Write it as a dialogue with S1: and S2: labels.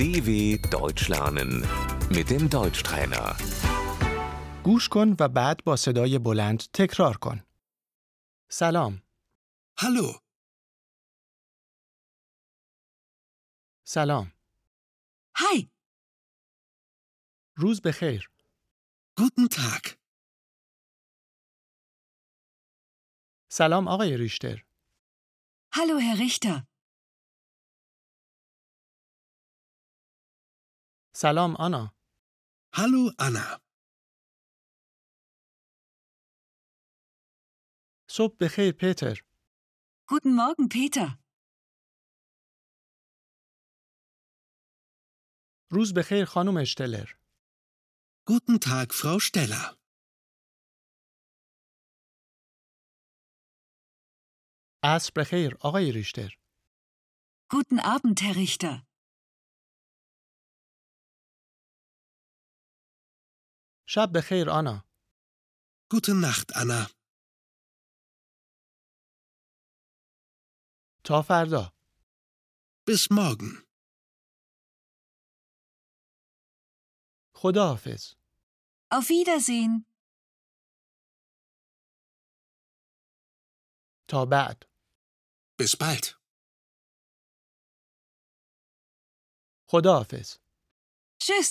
S1: DW Deutsch lernen mit dem Deutschtrainer.
S2: گوش کن و بعد با صدای بلند تکرار کن. سلام،
S3: Hallo,
S2: سلام.
S4: Hi,
S2: روز بخیر.
S3: guten Tag.
S2: سلام آقای ریشتر.
S4: hallo Herr Richter.
S2: سلام آنا.
S3: Hallo, Anna.
S2: صبح بخیر پیتر.
S4: Guten Morgen, Peter.
S2: روز بخیر خانم اشتلر.
S3: Guten Tag, Frau Steller.
S2: عصر بخیر آقای ریشتر.
S4: Guten Abend, Herr Richter.
S2: شب بخیر آنا.
S3: Gute Nacht, Anna.
S2: تا فردا.
S3: Bis morgen.
S2: خداحافظ.
S4: Auf Wiedersehen.
S2: تا بعد.
S3: Bis bald.
S2: خداحافظ.
S4: Tschüss.